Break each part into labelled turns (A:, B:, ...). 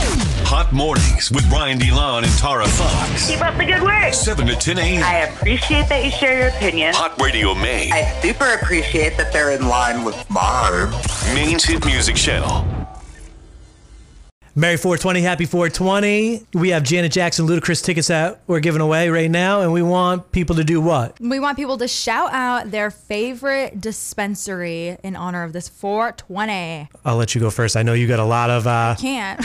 A: Hot Mornings with Brian DeLon and Tara Fox.
B: Keep up the good work.
A: 7 to 10 a.m.
B: I appreciate that you share your opinion.
A: Hot Radio Maine.
C: I super appreciate that they're in line with mine.
A: Maine's hit music channel.
D: Merry 420, happy 420. We have Janet Jackson ludicrous tickets that we're giving away right now, and we want people to do what?
E: We want people to shout out their favorite dispensary in honor of this 420.
D: I'll let you go first. I know you got a lot of. Uh,
E: Can't.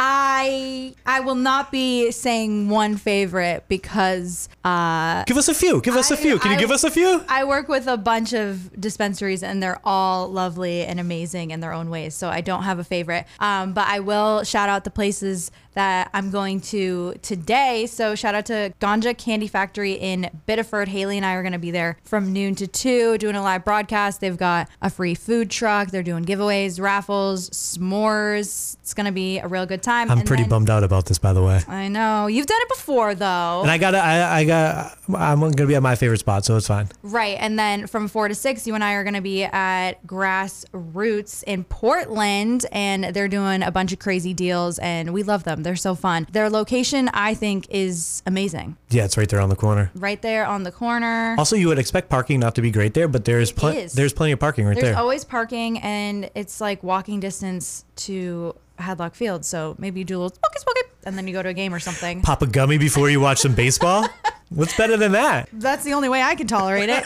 E: I I will not be saying one favorite because
D: give us a few. Give us a
E: Uh, I-
D: few. Can you
E: I-
D: give us a few?
E: I work with a bunch of dispensaries and they're all lovely and amazing in their own ways. So I don't have a favorite. Um, but I will shout out the places that I'm going to today. So shout out to Ganja Candy Factory in Biddeford. Haley and I are going to be there from noon to two doing a live broadcast. They've got a free food truck. They're doing giveaways, raffles, s'mores. It's going to be a real good time.
D: I'm
E: And
D: pretty
E: then- Oh.
D: bummed out about this, by the way.
E: I know. You've done it before though.
D: And I got, I, I got, I'm gonna be at my favorite spot, so it's fine.
E: Right. And then from four to six, you and I are going to be at Grassroots in Portland, and they're doing a bunch of crazy deals, and we love them. They're so fun. Their location, I think, is amazing.
D: Yeah, it's right there on the corner.
E: Right there on the corner.
D: Also, you would expect parking not to be great there, but there's pl-
E: is.
D: there's plenty of parking right
E: There's
D: there.
E: always parking, and it's like walking distance to Hadlock Field. So maybe you do a little spooky, spooky, and then you go to a game or something.
D: Pop a gummy before you watch some baseball. What's better than that?
E: That's the only way I can tolerate it.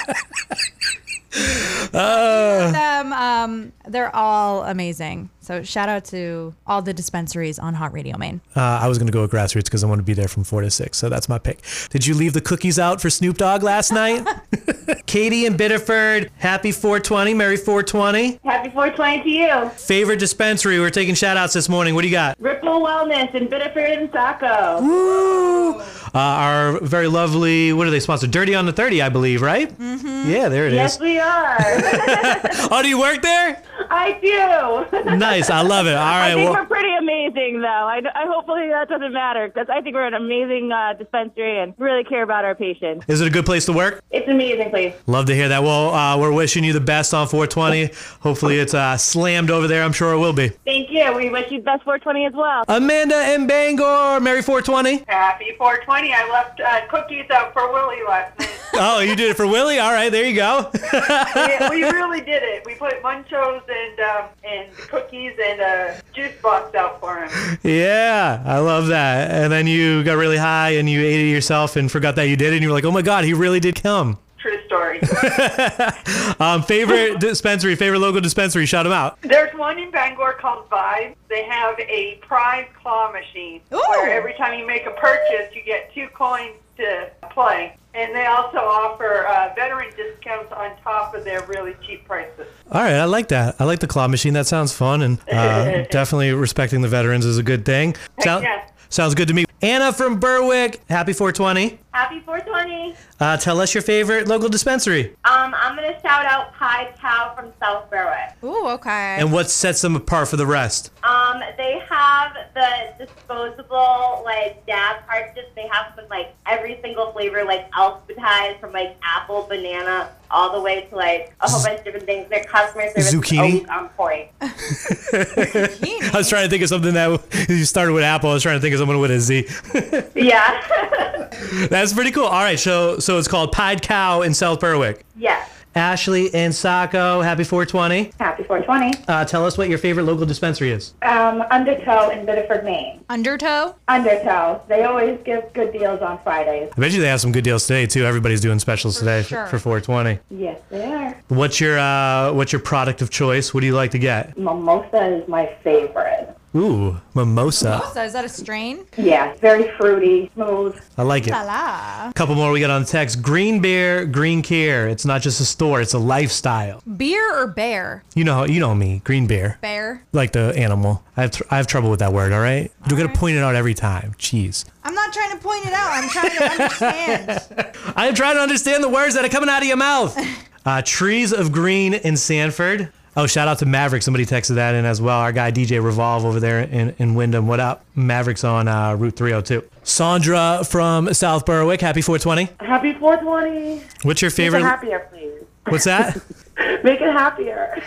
E: them, um, they're all amazing. So shout out to all the dispensaries on Hot Radio Maine.
D: Uh, I was gonna go with grassroots because I want to be there from four to six, so that's my pick. Did you leave the cookies out for Snoop Dogg last night? Katie in Biddeford, happy 420, Merry 420.
F: Happy 420 to you.
D: Favorite dispensary, we're taking shout outs this morning. What do you got?
F: Ripple Wellness in Biddeford and Saco.
D: Woo! Uh, our very lovely, what are they sponsored? Dirty on the 30, I believe, right? Mm-hmm. Yeah, there it
F: Yes,
D: is.
F: we are.
D: Oh, do you work there?
F: I do.
D: Nice, I love it. All
F: I
D: right,
F: think
D: well,
F: we're pretty amazing, though. I, I hopefully that doesn't matter because I think we're an amazing uh, dispensary and really care about our patients.
D: is it a good place to work?
F: It's an amazing place.
D: Love to hear that. Well, uh, we're wishing you the best on 420. Hopefully, it's uh, slammed over there. I'm sure it will be.
F: Thank you. We wish you the best 420 as well.
D: Amanda and Bangor, Merry 420.
G: Happy 420. I left uh, cookies out for Willie last night.
D: Oh, you did it for Willie. All right, there you go.
G: Yeah, we really did it. We put munchos and um, and cookies and a juice box out for him.
D: yeah, I love that. And then you got really high and you ate it yourself and forgot that you did, it, and you were like, "Oh my God, he really did come."
G: True story.
D: Um, favorite dispensary, favorite local dispensary, shout them out.
G: There's one in Bangor called Vibe. They have a prize claw machine where every time you make a purchase, you get two coins to play. And they also offer uh, veteran discounts on top of their really cheap prices.
D: All right, I like that. I like the claw machine. That sounds fun, and uh, definitely respecting the veterans is a good thing. Sound-
G: yes.
D: Sounds good to me. Anna from Berwick, happy 420.
H: Happy 420.
D: Uh, tell us your favorite local dispensary
H: Um, I'm going to shout out Pi Tao from South Berwick.
E: Ooh, okay.
D: and what sets them apart for the rest.
H: Um, they have the disposable, like, dab cartridges. They have them in, like, every single flavor, like, alphabetized from, like, apple, banana, all the way to, like, a whole bunch of different things. Their customer service
D: Zucchini?
H: is always on point.
D: I was trying to think of something that you started with Apple. I was trying to think of someone with a Z.
H: yeah.
D: That's pretty cool. All right, so so it's called Pied Cow in South Berwick.
H: yes.
D: Ashley and Saco, happy 420.
H: Happy 420.
D: Uh, tell us what your favorite local dispensary is.
G: Um, Undertow in Biddeford, Maine.
E: Undertow.
G: Undertow. They always give good deals on Fridays.
D: I bet you they have some good deals today too. Everybody's doing specials today
E: sure.
D: for 420.
G: Yes, they are.
D: What's your uh, what's your product of choice? What do you like to get?
G: Mimosa is my favorite.
D: Ooh, mimosa.
E: So is that a strain?
G: Yeah, very fruity, smooth.
D: I like it.
E: La.
D: Couple more we got on the text. Green Bear, Green Care. It's not just a store; it's a lifestyle.
E: Beer or bear?
D: You know, you know me, Green Bear,
E: Bear.
D: like the animal. I have tr- I have trouble with that word. All right, you gotta point it out every time. Jeez,
E: I'm not trying to point it out. I'm trying to understand.
D: I'm trying to understand the words that are coming out of your mouth. uh, trees of green in Sanford. Oh, shout out to Maverick. Somebody texted that in as well. Our guy DJ Revolve over there in, in Wyndham. What up? Maverick's on uh, Route 302. Sandra from South Berwick. Happy 420.
G: Happy 420.
D: What's your
G: Make it
D: favorite?
G: happier, please.
D: What's that?
G: Make it happier.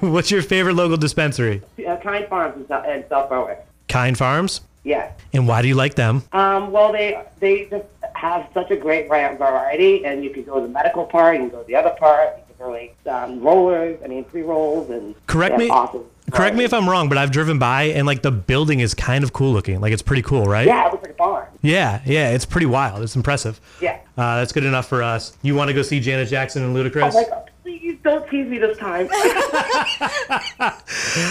D: What's your favorite local dispensary?
G: Uh,
I: Kind Farms and South- and South Berwick.
D: Kind Farms.
I: Yes.
D: And why do you like them?
G: Uh,
I: Um, well, they they just have such a great vari- variety, and you can go to the medical part, you can go to the other part. You can really um, rollers, I mean pre rolls, and
D: Correct
I: they
D: me.
I: have Awesome.
D: Correct me if I'm wrong, but I've driven by and like the building is kind of cool looking. Like it's pretty cool, right?
I: Yeah, it looks like a barn.
D: Yeah, yeah, it's pretty wild. It's impressive.
I: Yeah.
D: Uh, that's good enough for us. You want to go see Janet Jackson and Ludacris?
I: I'm like, oh, please don't tease me this time.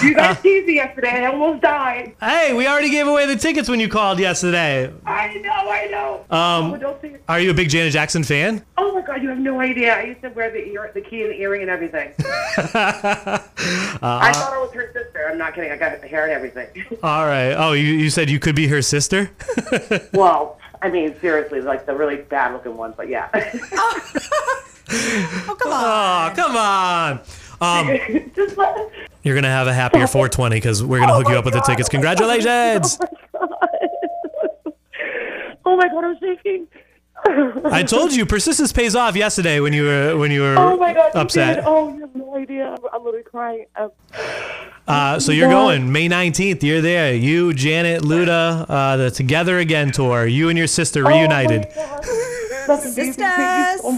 I: you
D: Uh,
I: guys teased me yesterday. I almost died.
D: hey, we already gave away the tickets when you called yesterday.
I: I know, I know.
D: um,
I: oh, don't say.
D: Are you a big Janet Jackson fan?
I: Oh my God, you have no idea. I used to wear the ear, the key and the earring and everything.
D: Uh,
I: I thought I was her sister. I'm not kidding. I got hair and everything.
D: All right. Oh, you, you said you could be her sister?
I: well, I mean, seriously, like the really bad looking ones, but yeah.
E: Oh, come on.
D: Oh, come on. Um,
I: Just let-
D: you're going to have a happier 420 because we're going to hook you up with the tickets. Congratulations.
I: oh my God, I'm shaking.
D: I told you persistence pays off yesterday when you were when you were
I: Oh my God, you
D: upset.
I: did. Oh, you have no idea. I'm- I'm literally crying. Um,
D: Uh, so you're going May 19th. You're there. You, Janet, Luda, uh, the Together Again tour. You and your sister reunited.
I: Oh my God. That's amazing. Thank you so
D: Oh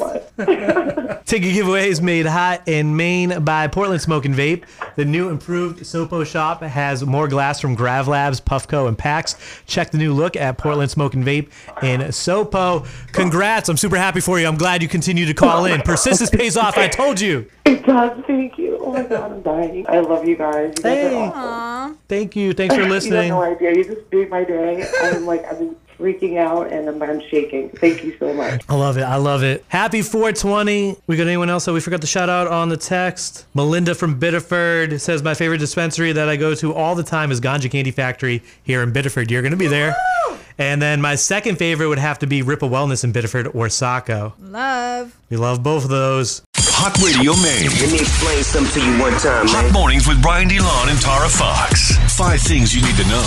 I: much.
D: Ticket giveaways made hot in Maine by Portland Smoke and Vape. The new improved Sopo shop has more glass from Grav Labs, Puffco, and PAX. Check the new look at Portland Smoke and Vape in Sopo. Congrats. I'm super happy for you. I'm glad you continue to call in. Persistence pays off. I told you.
I: It does. Thank you. Oh my God, I'm dying. I love you guys. You guys
D: Hey.
I: are awesome.
D: Thank you. Thanks for
I: You have
D: listening.
I: no idea. You just made my day. I'm like, I'm freaking out and I'm, I'm shaking. Thank you so much.
D: I love it. I love it. Happy 420. We got anyone else that we forgot to shout out on the text? Melinda from Biddeford says, My favorite dispensary that I go to all the time is Ganja Candy Factory here in Biddeford. You're going to be there. And then my second favorite would have to be Ripple Wellness in Biddeford or Saco.
E: Love.
D: We love both of those.
A: Hot Radio Maine.
C: Let me explain something to you one time,
A: Hot mornings with Brian DeLon and Tara Fox. Five things you need to know.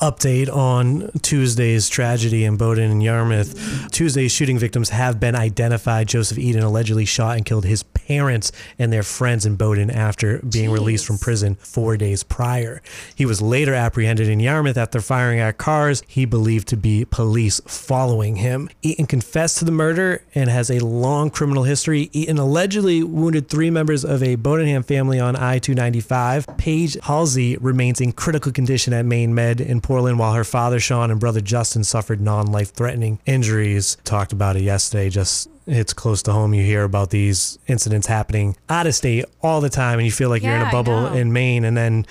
D: Update on Tuesday's tragedy in Bowdoin and Yarmouth. Tuesday's shooting victims have been identified. Joseph Eden allegedly shot and killed his parents and their friends in Bowdoin after being released from prison four days prior. He was later apprehended in Yarmouth after firing at cars he believed to be police following him. Eaton confessed to the murder and has a long criminal history. Eaton allegedly wounded three members of a Bodenham family on I 295. Paige Halsey remains in critical condition at Maine Med in Portland, while her father, Sean, and brother Justin suffered non life threatening injuries. Talked about it yesterday, just it's close to home. You hear about these incidents happening out of state all the time, and you feel like you're in
E: Yeah,
D: a
E: I
D: bubble
E: know.
D: in Maine, and then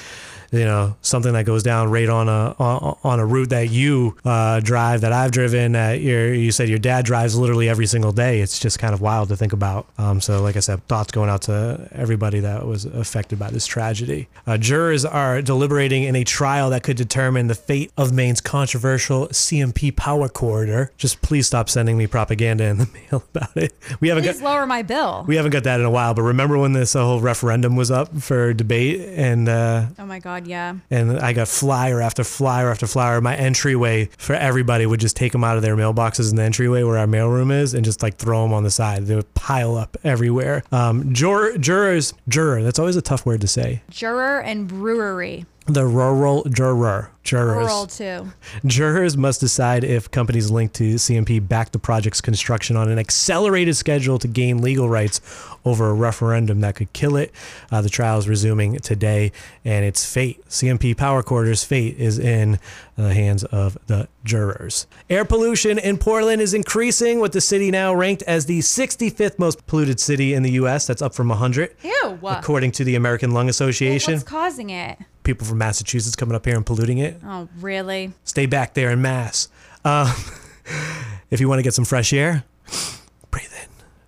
D: you know something that goes down right on a on, on a route that you uh, drive that I've driven that your you said your dad drives literally every single day. It's just kind of wild to think about. Um, so like I said, thoughts going out to everybody that was affected by this tragedy. Uh, jurors are deliberating in a trial that could determine the fate of Maine's controversial CMP power corridor. Just please stop sending me propaganda in the mail about it. We haven't got.
E: Please lower my bill.
D: We haven't got that in a while, but remember when this whole referendum was up for debate and uh,
E: oh my God, yeah.
D: and I got flyer after flyer after flyer. My entryway for everybody would just take them out of their mailboxes in the entryway where our mailroom is and just like throw them on the side. They would pile up everywhere. Um, jur- jurors, juror, that's always a tough word to say.
E: Juror and brewery.
D: The rural juror, jurors.
E: Rural too.
D: Jurors must decide if companies linked to CMP back the project's construction on an accelerated schedule to gain legal rights over a referendum that could kill it. Uh, the trial is resuming today, and its fate, CMP Power Quarters' fate, is in the hands of the jurors. Air pollution in Portland is increasing, with the city now ranked as the 65th most polluted city in the U.S. That's up from 100,
E: Ew. Well,
D: according to the American Lung Association.
E: what's causing it?
D: People from Massachusetts coming up here and polluting it
E: Oh, really?
D: stay back there in mass. Um, if you want to get some fresh air, breathe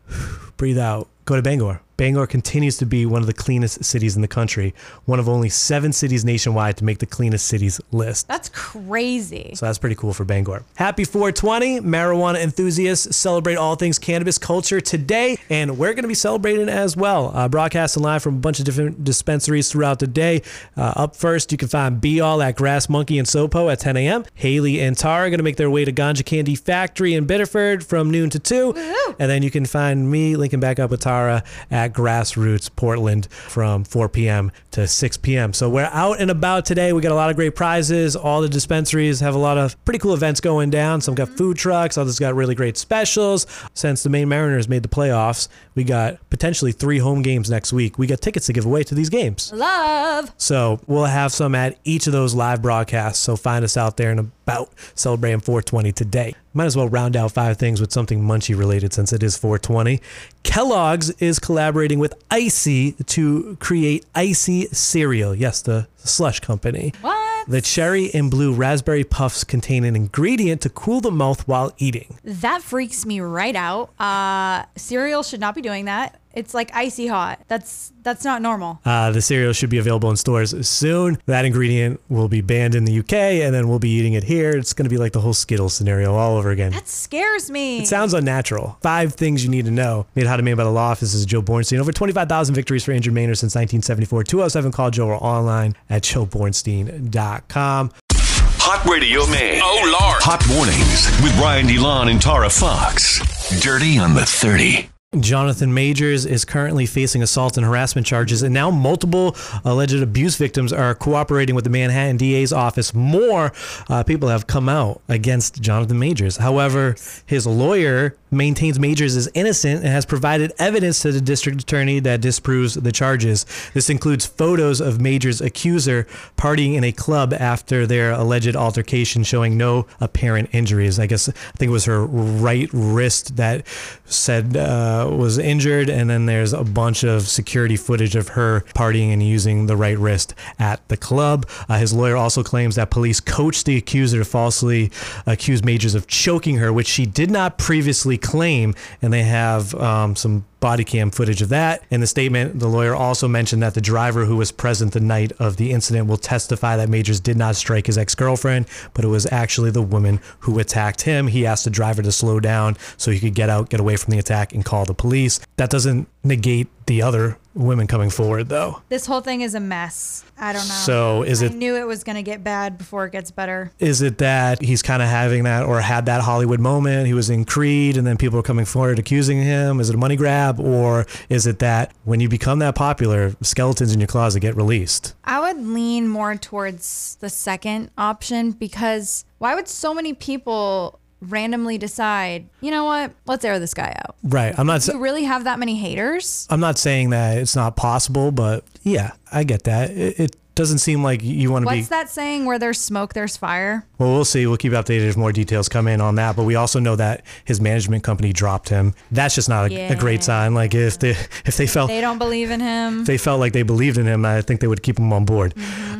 D: in, breathe out. Go to Bangor. Bangor continues to be one of the cleanest cities in the country, one of only seven cities nationwide to make the cleanest cities list.
E: That's crazy.
D: So that's pretty cool for Bangor. Happy 420. Marijuana enthusiasts celebrate all things cannabis culture today, and we're going to be celebrating as well. Uh, broadcasting live from a bunch of different dispensaries throughout the day. Uh, up first, you can find Be All at Grass Monkey and Sopo at 10 a.m. Haley and Tara are going to make their way to Ganja Candy Factory in Biddeford from noon to 2. And then you can find me linking back up with Tara Tara at Grassroots Portland from 4 p.m. to 6 p.m. So we're out and about today. We got a lot of great prizes. All the dispensaries have a lot of pretty cool events going down. Some got food trucks, others got really great specials. Since the Maine Mariners made the playoffs, we got potentially three home games next week. We got tickets to give away to these games.
E: Love.
D: So we'll have some at each of those live broadcasts. So find us out there and about celebrating 420 today. Might as well round out five things with something munchie related since it is 420. Kellogg's is collaborating with Icy to create Icy cereal. Yes, the slush company.
E: What?
D: The cherry and blue raspberry puffs contain an ingredient to cool the mouth while eating.
E: That freaks me right out. Uh, cereal should not be doing that. It's like icy hot. That's that's not normal.
D: Uh, the cereal should be available in stores soon. That ingredient will be banned in the UK, and then we'll be eating it here. It's going to be like the whole Skittles scenario all over again.
E: that scares me.
D: It sounds unnatural. Five things you need to know. Made How to Made by the Law Office is Joe Bornstein. Over 25,000 victories for injured Mainers since 1974. 207 call Joe or online at joebornstein.com.
A: Hot Radio Maine. Oh, Lord. Hot Mornings with Ryan DeLon and Tara Fox. Dirty on the 30.
D: Jonathan Majors is currently facing assault and harassment charges, and now multiple alleged abuse victims are cooperating with the Manhattan DA's office. More uh, people have come out against Jonathan Majors. However, his lawyer maintains Majors is innocent and has provided evidence to the district attorney that disproves the charges. This includes photos of Majors' accuser partying in a club after their alleged altercation, showing no apparent injuries. I guess I think it was her right wrist that said uh, was injured, and then there's a bunch of security footage of her partying and using the right wrist at the club. Uh, his lawyer also claims that police coached the accuser to falsely accuse Majors of choking her, which she did not previously claim, and they have um, some body cam footage of that. In the statement, the lawyer also mentioned that the driver who was present the night of the incident will testify that Majors did not strike his ex girlfriend, but it was actually the woman who attacked him. He asked the driver to slow down so he could get out, get away from the attack, and call the police. That doesn't negate the other women coming forward, though.
E: this whole thing is a mess. I don't know.
D: So is it-
E: I knew it was gonna get bad before it gets better.
D: Is it that he's kind of having that or had that Hollywood moment? He was in Creed and then people are coming forward accusing him. Is it a money grab? Or is it that when you become that popular, skeletons in your closet get released?
E: I would lean more towards the second option because why would so many people randomly decide, you know what, let's air this guy out?
D: Right. I'm not. sa-
E: You really have that many haters?
D: I'm not saying that it's not possible, but yeah, I get that. It, it doesn't seem like you want to be.
E: What's that saying where there's smoke, there's fire?
D: Well, we'll see. We'll keep you updated if more details come in on that. But we also know that his management company dropped him. That's just not a, a great
E: Yeah.
D: sign. Like if they if they felt
E: They don't believe in him.
D: if they felt like they believed in him, I think they would keep him on board.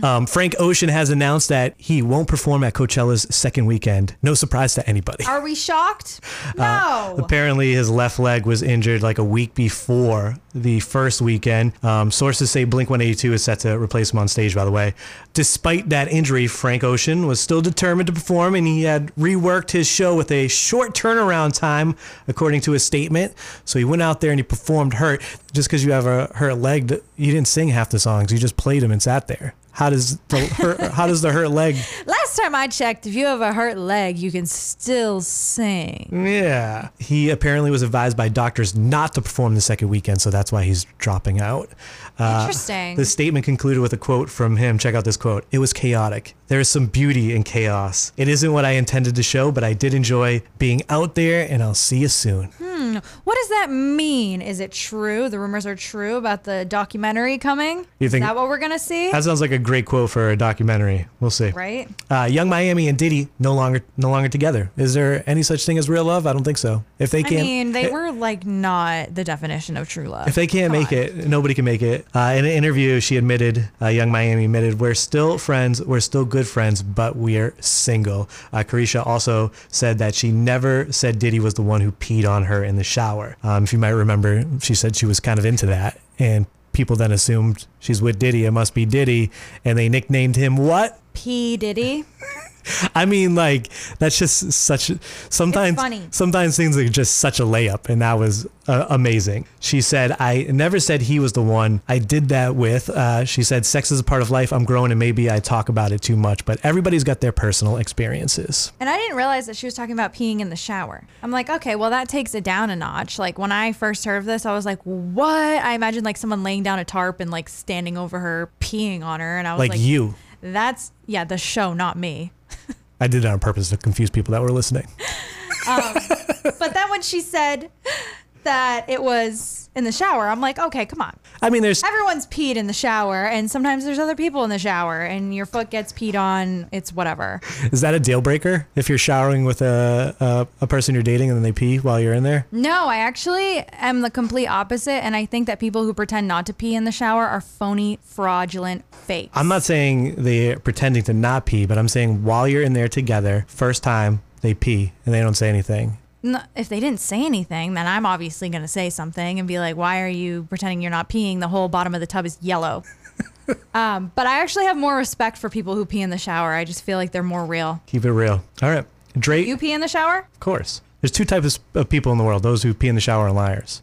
D: Um, Frank Ocean has announced that he won't perform at Coachella's second weekend. No surprise to anybody.
E: Are we shocked?
D: Uh,
E: No.
D: Apparently, his left leg was injured like a week before the first weekend. Um, sources say Blink 182 is set to replace him on stage, by the way. Despite that injury, Frank Ocean was still determined to perform and he had reworked his show with a short turnaround time, according to his statement. So he went out there and he performed hurt. Just because you have a hurt leg, th- you didn't sing half the songs, you just played them and sat there. How does the hurt, how does the hurt leg?
E: Last time I checked, if you have a hurt leg, you can still sing.
D: Yeah. He apparently was advised by doctors not to perform the second weekend, so that's why he's dropping out. Uh,
E: Interesting.
D: The statement concluded with a quote from him. Check out this quote. It was chaotic. There is some beauty in chaos. It isn't what I intended to show, but I did enjoy being out there, and I'll see you soon.
E: Hmm. What does that mean? Is it true? The rumors are true about the documentary coming?
D: You think-
E: Is that what we're going to see?
D: That sounds like a great quote for a documentary. We'll see.
E: right?
D: Uh, Young Miami and Diddy no longer no longer together. Is there any such thing as real love? I don't think so. If they
E: I
D: can't,
E: mean, they were like not the definition of true love.
D: If they can't make it, nobody can make it. Uh, in an interview, she admitted, uh, Young Miami admitted, we're still friends, we're still good friends, but we're single. Uh, Carisha also said that she never said Diddy was the one who peed on her in the shower. Um, if you might remember, she said she was kind of into that. And people then assumed she's with Diddy, it must be Diddy. And they nicknamed him what?
E: P. Diddy.
D: I mean, like that's just such. Sometimes,
E: It's funny.
D: sometimes things are just such a layup, and that was uh, amazing. She said, "I never said he was the one. I did that with." Uh, she said, "Sex is a part of life. I'm growing, and maybe I talk about it too much, but everybody's got their personal experiences."
E: And I didn't realize that she was talking about peeing in the shower. I'm like, okay, well, that takes it down a notch. Like, when I first heard of this, I was like, what? I imagine like someone laying down a tarp and like standing over her, peeing on her. And I was
D: Like
E: like,
D: you.
E: That's, yeah, the show, not me.
D: I did it on purpose to confuse people that were listening.
E: But then when she said that it was in the shower, I'm like, okay, come on.
D: I mean, there's
E: Everyone's peed in the shower, and sometimes there's other people in the shower, and your foot gets peed on. It's whatever.
D: is that a deal breaker if you're showering with a a, a person you're dating and then they pee while you're in there?
E: No, I actually am the complete opposite, and I think that people who pretend not to pee in the shower are phony, fraudulent fakes.
D: I'm not saying they're pretending to not pee, but I'm saying while you're in there together, first time they pee and they don't say anything.
E: N- if they didn't say anything, then I'm obviously going to say something and be like, "Why are you pretending you're not peeing? The whole bottom of the tub is yellow." um, but I actually have more respect for people who pee in the shower. I just feel like they're more real.
D: Keep it real. All right. Drake,
E: You pee in the shower?
D: of course. There's two types of people in the world those who pee in the shower and liars.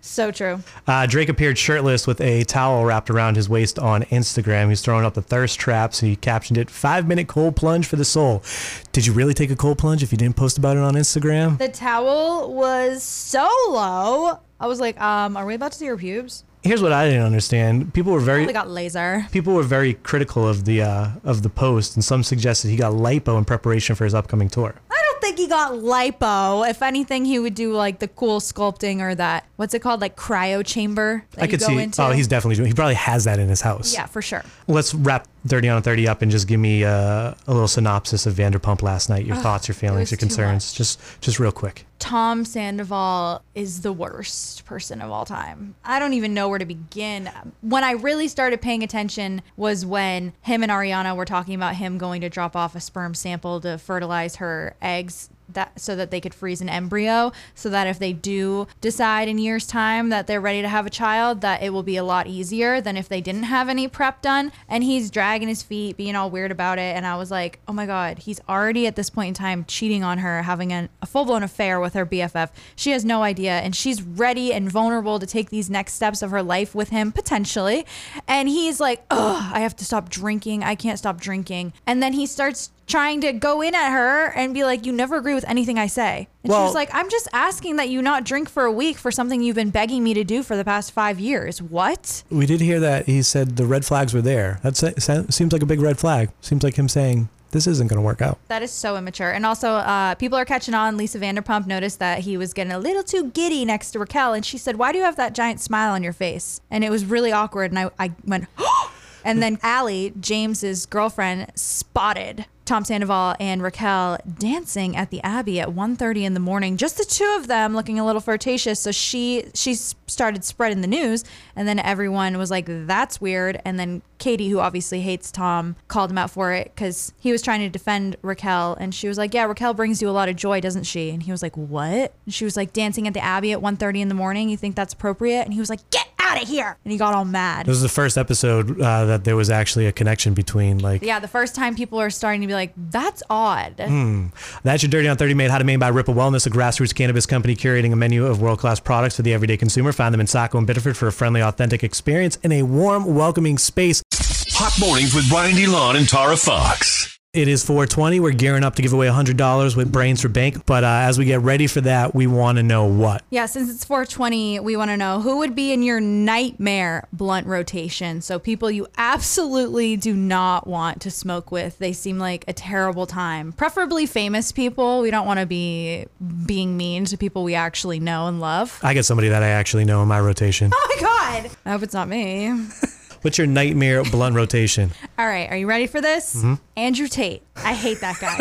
E: So true.
D: Uh, Drake appeared shirtless with a towel wrapped around his waist on Instagram. He's throwing up the thirst traps. He captioned it five minute cold plunge for the soul. Did you really take a cold plunge if you didn't post about it on Instagram?
E: The towel was so low. I was like, um, "Are we about to see her pubes?"
D: Here's what I didn't understand. People were very
E: They got laser.
D: people were very critical of the uh, of the post, and some suggested he got lipo in preparation for his upcoming tour.
E: I don't think he got lipo. If anything, he would do like the cool sculpting or that what's it called, like cryo chamber. That
D: I
E: you
D: could
E: go
D: see.
E: Into.
D: Oh, he's definitely doing. He probably has that in his house.
E: yeah, for sure.
D: Let's wrap thirty on thirty up and just give me uh, a little synopsis of Vanderpump last night. Your thoughts, your feelings,
E: was
D: your
E: too
D: concerns.
E: much.
D: Just just real quick.
E: Tom Sandoval is the worst person of all time. I don't even know where to begin. When I really started paying attention was when him and Ariana were talking about him going to drop off a sperm sample to fertilize her eggs that so that they could freeze an embryo so that if they do decide in years time that they're ready to have a child that it will be a lot easier than if they didn't have any prep done and he's dragging his feet being all weird about it and i was like oh my god he's already at this point in time cheating on her having an, a full-blown affair with her bff she has no idea and she's ready and vulnerable to take these next steps of her life with him potentially and he's like oh i have to stop drinking i can't stop drinking and then he starts trying to go in at her and be like, "You never agree with anything I say." And she
D: Well-
E: was like, "I'm just asking that you not drink for a week for something you've been begging me to do for the past five years." What?
D: We did hear that he said the red flags were there. That seems like a big red flag. Seems like him saying this isn't going to work out.
E: That is so immature. And also, uh, people are catching on. Lisa Vanderpump noticed that he was getting a little too giddy next to Raquel, and she said, "Why do you have that giant smile on your face?" And it was really awkward. And I, I went, and then Allie, James's girlfriend, spotted Tom Sandoval and Raquel dancing at the Abbey at 1:30 in the morning. Just the two of them, looking a little flirtatious. So she she s- started spreading the news, and then everyone was like, "That's weird." And then Katie, who obviously hates Tom, called him out for it because he was trying to defend Raquel, and she was like, "Yeah, Raquel brings you a lot of joy, doesn't she?" And he was like, "What?" And she was like, "Dancing at the Abbey at 1:30 in the morning. You think that's appropriate?" And he was like, "Get out of here!" And he got all mad.
D: This is the first episode uh, that there was actually a connection between like
E: Yeah, the first time people are starting to be like, that's odd.
D: That's your Dirty on 30 made how to made by Ripple Wellness, a grassroots cannabis company curating a menu of world-class products for the everyday consumer. Find them in Saco and Biddeford for a friendly, authentic experience in a warm, welcoming space.
A: Hot mornings with Brian DeLon and Tara Fox.
D: It is 420. We're gearing up to give away $100 with Brains for Bank. But uh, as we get ready for that, we want to know what.
E: Yeah, since it's 420, we want to know who would be in your nightmare blunt rotation. So, people you absolutely do not want to smoke with. They seem like a terrible time. Preferably famous people. We don't want to be being mean to people we actually know and love.
D: I got somebody that I actually know in my rotation.
E: Oh my God. I hope it's not me.
D: What's your nightmare blunt rotation?
E: All right, are you ready for this?
D: Mm-hmm.
E: Andrew Tate. I hate that guy.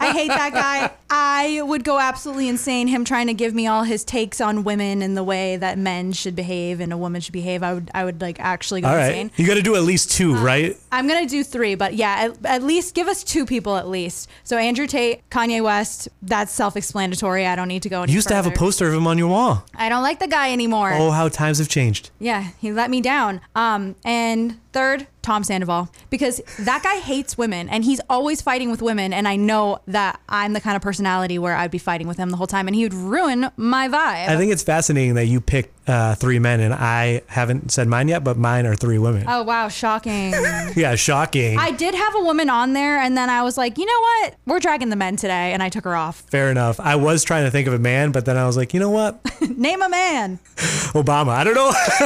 E: I hate that guy. I would go absolutely insane him trying to give me all his takes on women and the way that men should behave and a woman should behave. I would I would like actually go
D: All right.
E: insane.
D: You got to do at least two, right?
E: I'm going to do 3, but yeah, at, at least give us two people at least. So Andrew Tate, Kanye West, that's self-explanatory. I don't need to go any
D: You used to have a Oh,
E: further.
D: poster of him on your wall.
E: I don't like the guy anymore.
D: Oh, how times have changed.
E: Yeah, he let me down. Um and third, Tom Sandoval because that guy hates women and he's always fighting with women. And I know that I'm the kind of personality where I'd be fighting with him the whole time and he would ruin my vibe.
D: I think it's fascinating that you picked uh, three men, and I haven't said mine yet, but mine are three women.
E: oh, wow. Shocking.
D: Yeah, shocking.
E: I did have a woman on there, and then I was like, you know what? We're dragging the men today, and I took her off.
D: Fair enough. I was trying to think of a man, but then I was like, you know what?
E: Name a man.
D: Obama. I don't know.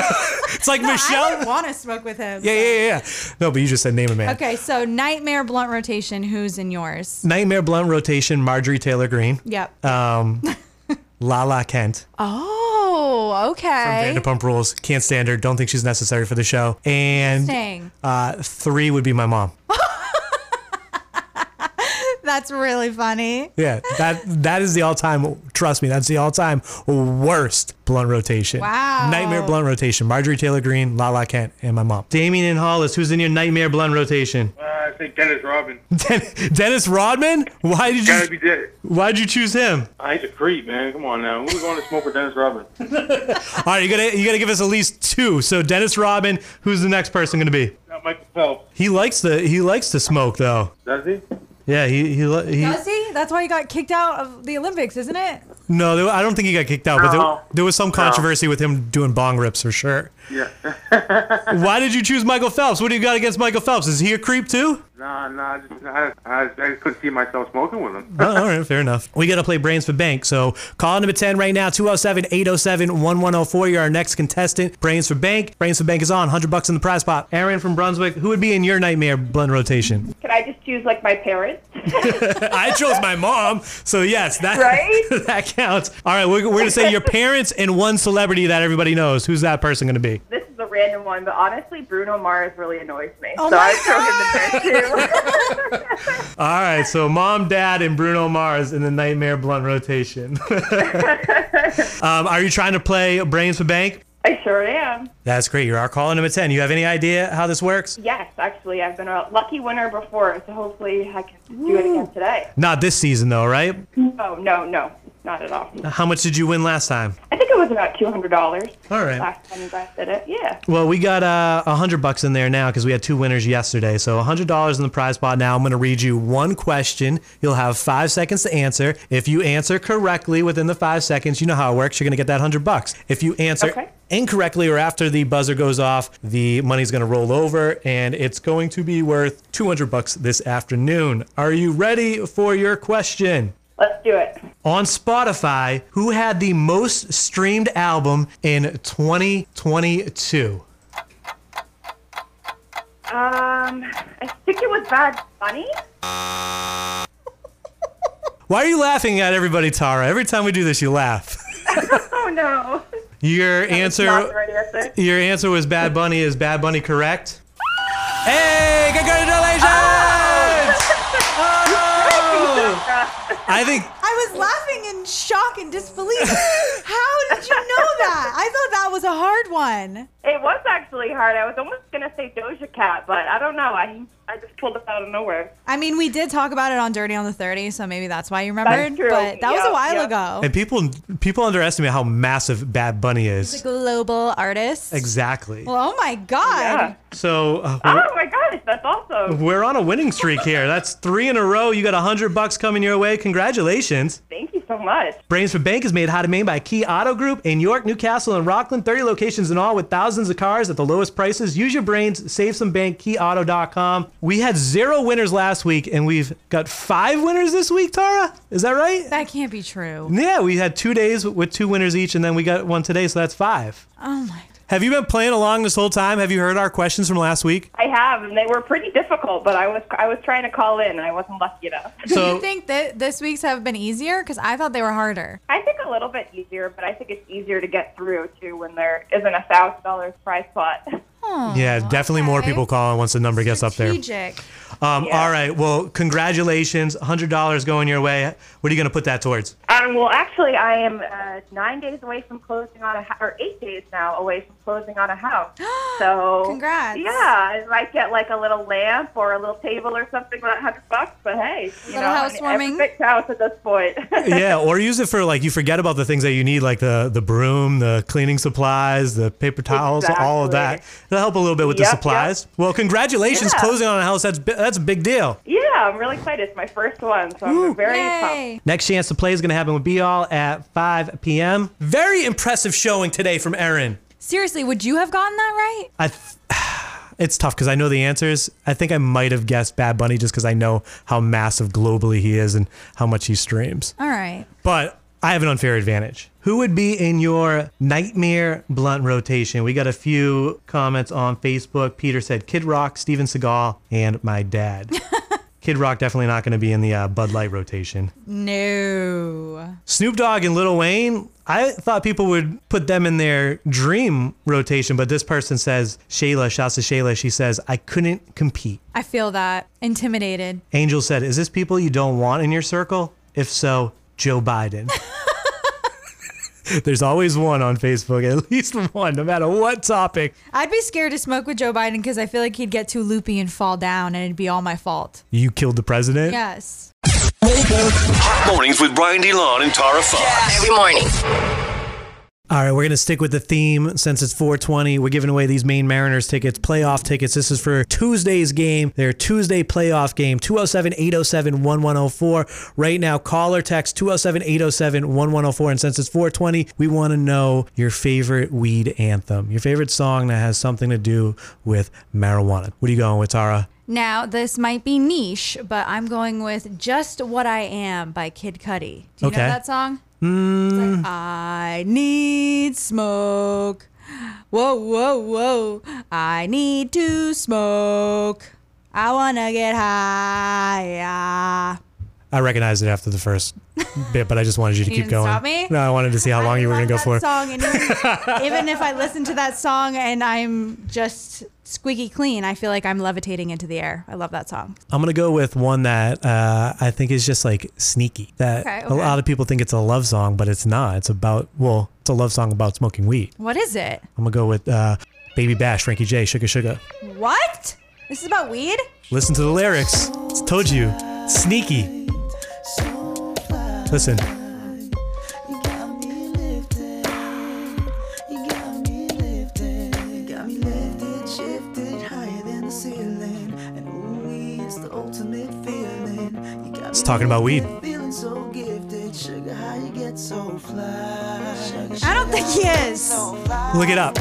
D: it's like
E: I
D: Michelle.
E: would want to smoke with him.
D: Yeah, yeah, yeah, yeah. No, but you just said name a man.
E: Okay, so nightmare blunt rotation. Who's in yours?
D: Nightmare Blunt Rotation, Marjorie Taylor Green,
E: Yep.
D: Uh, Lala Kent
E: oh, okay.
D: from Vanderpump Rules. Can't stand her. Don't think she's necessary for the show. And
E: Dang,
D: uh, three would be my mom.
E: that's really funny.
D: Yeah, that that is the all time. Trust me, that's the all time worst blunt rotation.
E: Wow.
D: Nightmare blunt rotation. Marjorie Taylor Green, Lala Kent, and my mom. Damien and Hollis, who's in your nightmare blunt rotation?
J: Uh, I think Dennis Robin.
D: Den- Dennis Rodman? Why did
J: Gotta
D: you
J: be dead.
D: Why'd you choose him?
J: I ain't a creep, man. Come on now. Who's going to smoke with Dennis Robin?
D: All right, you gotta you gotta give us at least two. So Dennis Rodman, who's the next person gonna be?
J: Not Michael Phelps.
D: He likes to he likes to smoke though.
J: Does he?
D: Yeah, he he, li- he
E: Does he? That's why he got kicked out of the Olympics, isn't it?
D: no, there, I don't think he got kicked out, but
J: No.
D: there, there was some controversy with him doing bong rips for sure.
J: Yeah.
D: Why did you choose Michael Phelps? What do you got against Michael Phelps? Is he a creep too?
J: nah, nah. I just, I, I, I just couldn't see myself smoking with him.
D: Oh, all right, fair enough. We got to play Brains for Bank. So call number 10 right now, 207 807 1104. You're our next contestant. Brains for Bank. Brains for Bank is on. 100 bucks in the prize pot. Aaron from Brunswick, who would be in your nightmare blunt rotation?
G: Can I just choose like my parents?
D: I chose my mom. So, yes, that,
G: Right?
D: that counts. All right, we're, we're going to say your parents and one celebrity that everybody knows. Who's that person going to be?
G: This is a random one, but honestly, Bruno Mars really annoys me.
E: Oh
G: so
E: my
G: I throw him in there too.
D: All right, so mom, dad, and Bruno Mars in the Nightmare Blunt rotation. um, are you trying to play Brains for Bank?
G: I sure am.
D: That's great. You are calling him at 10. You have any idea how this works?
G: Yes, actually, I've been a lucky winner before, so hopefully I can do it again today.
D: Not this season, though, right?
G: Oh, no, no, not at all.
D: How much did you win last time?
G: I think it was about $200
D: All right.
G: last time you guys did it. Yeah.
D: Well, we got uh, a hundred bucks in there now because we had two winners yesterday. So a hundred dollars in the prize pot. Now I'm going to read you one question. You'll have five seconds to answer. If you answer correctly within the five seconds, you know how it works. You're going to get that hundred bucks. If you answer
G: Okay.
D: incorrectly or after the buzzer goes off, the money's going to roll over and it's going to be worth two hundred bucks this afternoon. Are you ready for your question?
G: Let's do it.
D: on Spotify who had the most streamed album in 2022.
G: Um, I think it was Bad Bunny.
D: Why are you laughing at everybody, Tara? Every time we do this, you laugh.
G: Oh, no.
D: Your
G: Not the
D: answer,
G: right answer.
D: your answer was Bad Bunny. Is Bad Bunny correct? Hey, congratulations! Oh! I think
E: I was laughing in shock and disbelief. How did you know that? I thought that was a hard one.
G: It was actually hard. I was almost going to say Doja Cat, but I don't know. I, I just pulled it out of nowhere.
E: I mean, we did talk about it on Dirty on the 30, so maybe that's why you remembered.
G: true.
E: But that was a
G: Yep,
E: while
G: yep.
E: ago.
D: and people people underestimate how massive Bad Bunny is.
E: Global artist.
D: Exactly.
E: Well, oh my God.
G: Yeah.
D: So uh,
G: Oh, my gosh. That's awesome.
D: We're on a winning streak here. That's three in a row. You got a hundred bucks coming your way. Congratulations.
G: Thank you so much.
D: Brains for Bank is made hot and main by Key Auto Group in York, Newcastle, and Rockland. 30 locations in all with thousands of cars at the lowest prices. Use your brains, save some bank, keyauto.com. We had zero winners last week, and we've got five winners this week, Tara. Is that right?
E: That can't be true.
D: Yeah, we had two days with two winners each, and then we got one today, so that's five.
E: Oh my.
D: Have you been playing along this whole time? Have you heard our questions from last week?
G: I have, and they were pretty difficult, but I was I was trying to call in, and I wasn't lucky enough.
E: Do you think that this week's have been easier? Because I thought they were harder.
G: I think a little bit easier, but I think it's easier to get through too when there isn't a thousand dollars prize pot.
D: yeah, definitely more
E: okay.
D: people calling once the number gets up there.
E: Strategic.
D: Um,
G: Yeah.
D: All right. Well, congratulations. $100 going your way. What are you going to put that towards?
G: Um, well, actually, I am uh, nine days away from closing on a ho- or eight days now away from closing on a house. So
E: Congrats.
G: Yeah, I might get like a little lamp or a little table or something with a hundred bucks, but hey, you
E: Little
G: know,
E: housewarming.
G: every house at this point.
D: yeah, or use it for like you forget about the things that you need, like the the broom, the cleaning supplies, the paper towels, all of that. That'll help a little bit with
K: Yep,
D: the
K: yep.
D: supplies. Well, congratulations
K: Yeah.
D: closing on a house. That's bi- that's a big deal.
K: Yeah, I'm really excited. It's my first one, so I'm very pumped.
D: Next chance to play is going to happen with Be All at 5 p.m. Very impressive showing today from Erin.
E: Seriously, would you have gotten that right?
D: I th- it's tough because I know the answers. I think I might have guessed Bad Bunny just because I know how massive globally he is and how much he streams.
E: All right.
D: But I have an unfair advantage. Who would be in your nightmare blunt rotation? We got a few comments on Facebook. Peter said Kid Rock, Steven Seagal, and my dad. Kid Rock definitely not going to be in the uh, Bud Light rotation.
E: No.
D: Snoop Dogg and Lil Wayne, I thought people would put them in their dream rotation, but this person says, Shayla, shouts to Shayla, she says, I couldn't compete.
E: I feel that intimidated.
D: Angel said, Is this people you don't want in your circle? If so, Joe Biden. There's always one on Facebook, at least one, no matter what topic.
E: I'd be scared to smoke with Joe Biden because I feel like he'd get too loopy and fall down, and it'd be all my fault.
D: You killed the president?
E: Yes.
A: Hot mornings with Brian DeLon and Tara Fox.
L: Every morning.
D: All right, we're going to stick with the theme since it's 420. We're giving away these Maine Mariners tickets, playoff tickets. This is for Tuesday's game, their Tuesday playoff game, 207 807 1104. Right now, call or text 207 807 1104. And since it's 420, we want to know your favorite weed anthem, your favorite song that has something to do with marijuana. What are you going with, Tara?
E: Now, this might be niche, but I'm going with Just What I Am by Kid Cudi. Do you
D: Okay.
E: know that song?
D: Mm,
E: I need smoke. Whoa, whoa, whoa. I need to smoke. I want to get high.
D: I recognized it after the first bit, but I just wanted you to
E: You
D: keep
E: didn't
D: going.
E: stop me?
D: No, I wanted to see how long you were going to go for.
E: Song, and even, even if I listen to that song and I'm just squeaky clean, I feel like I'm levitating into the air. I love that song.
D: I'm gonna go with one that uh, I think is just like sneaky. That
E: Okay,
D: a
E: okay.
D: lot of people think it's a love song, but it's not. It's about well, it's a love song about smoking weed.
E: What is it?
D: I'm gonna go with uh, Baby Bash, Frankie J, Sugar Sugar.
E: What? This is about weed?
D: Listen to the lyrics. It's told you, sneaky. Listen,
M: Got me lifted, shifted higher than the ceiling. And ooh, it's the ultimate feeling. You got
D: it's talking about weed.
M: feeling so gifted. Sugar, how you get so fly. Sugar,
E: I don't think he is.
D: Look it up.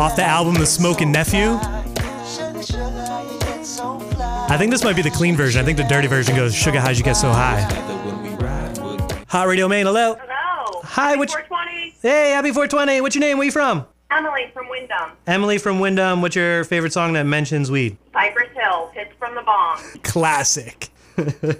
D: Off the album, The Smoking Nephew.
M: sugar, sugar, how you get so fly.
D: I think this might be the clean version. I think the dirty version goes, Sugar, how'd you get so high? Hot Radio Maine, hello.
N: Hello.
D: Hi,
N: Happy
D: what?
N: 420.
D: Hey, happy 420. What's your name? Where you from?
N: Emily from Wyndham.
D: Emily from Wyndham, what's your favorite song that mentions weed?
N: Cypress Hill. Hits from the bomb.
D: Classic.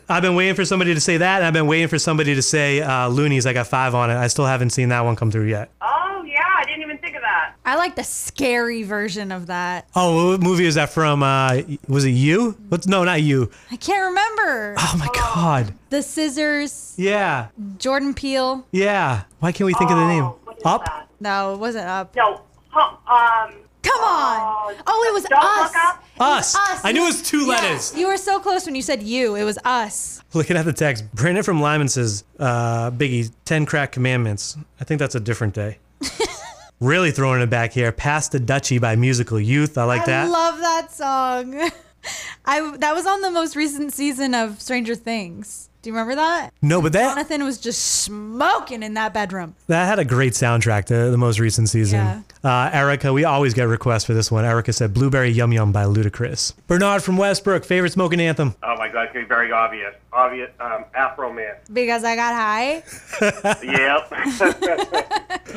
D: I've been waiting for somebody to say that. and I've been waiting for somebody to say uh, Loonies. I got five on it. I still haven't seen that one come through yet.
N: Oh, yeah. I didn't even think of that.
E: I like the scary version of that.
D: Oh, what movie is that from? Uh, was it you? What's no, not you.
E: I can't remember.
D: Oh my God.
E: The Scissors,
D: Yeah,
E: Jordan Peele.
D: yeah. Why can't we think of the name? Up.
E: No, it wasn't up.
N: No. Um,
E: Come on. oh, it was us. It was
D: Us. I knew it was two
E: Yeah.
D: letters.
E: You were so close when you said you. It was us.
D: Looking at the text, Brandon from Lyman says, uh, "Biggie, ten crack commandments." I think that's a different day. really throwing it back here. Past the Duchy by Musical Youth. I like that.
E: I love that song. I that was on the most recent season of Stranger Things. Do you remember that?
D: no, but that
E: Jonathan was just smoking in that bedroom.
D: That had a great soundtrack, the, the most recent season. Uh, Erica, we always get requests for this one. Erica said Blueberry Yum Yum by Ludacris. Bernard from Westbrook, favorite smoking anthem.
O: Oh my God, it's gonna be very obvious. Obvious, um, Afro Man.
E: Because I got high.
O: yep.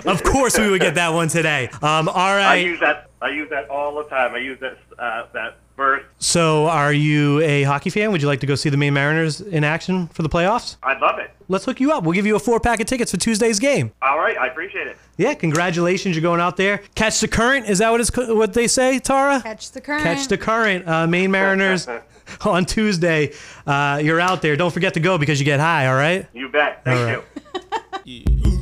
D: Of course, we would get that one today. Um, all
O: I
D: right.
O: use that. I use that all the time. I use that uh, that verse.
D: So, are you a hockey fan? Would you like to go see the Maine Mariners in action for the playoffs?
O: I love it.
D: Let's hook you up. We'll give you a four pack of tickets for Tuesday's game.
O: All right, I appreciate it.
D: Yeah, congratulations. You're going out there. Catch the current. Is that what, it's, co- what they say, Tara?
E: Catch the current.
D: Catch the current, uh, Maine Mariners on Tuesday. Uh, you're out there. Don't forget to go because you get high. All right.
O: You bet. Thank
D: All right.
O: you.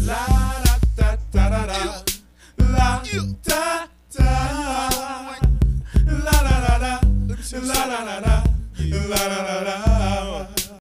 P: La da da da da da. La da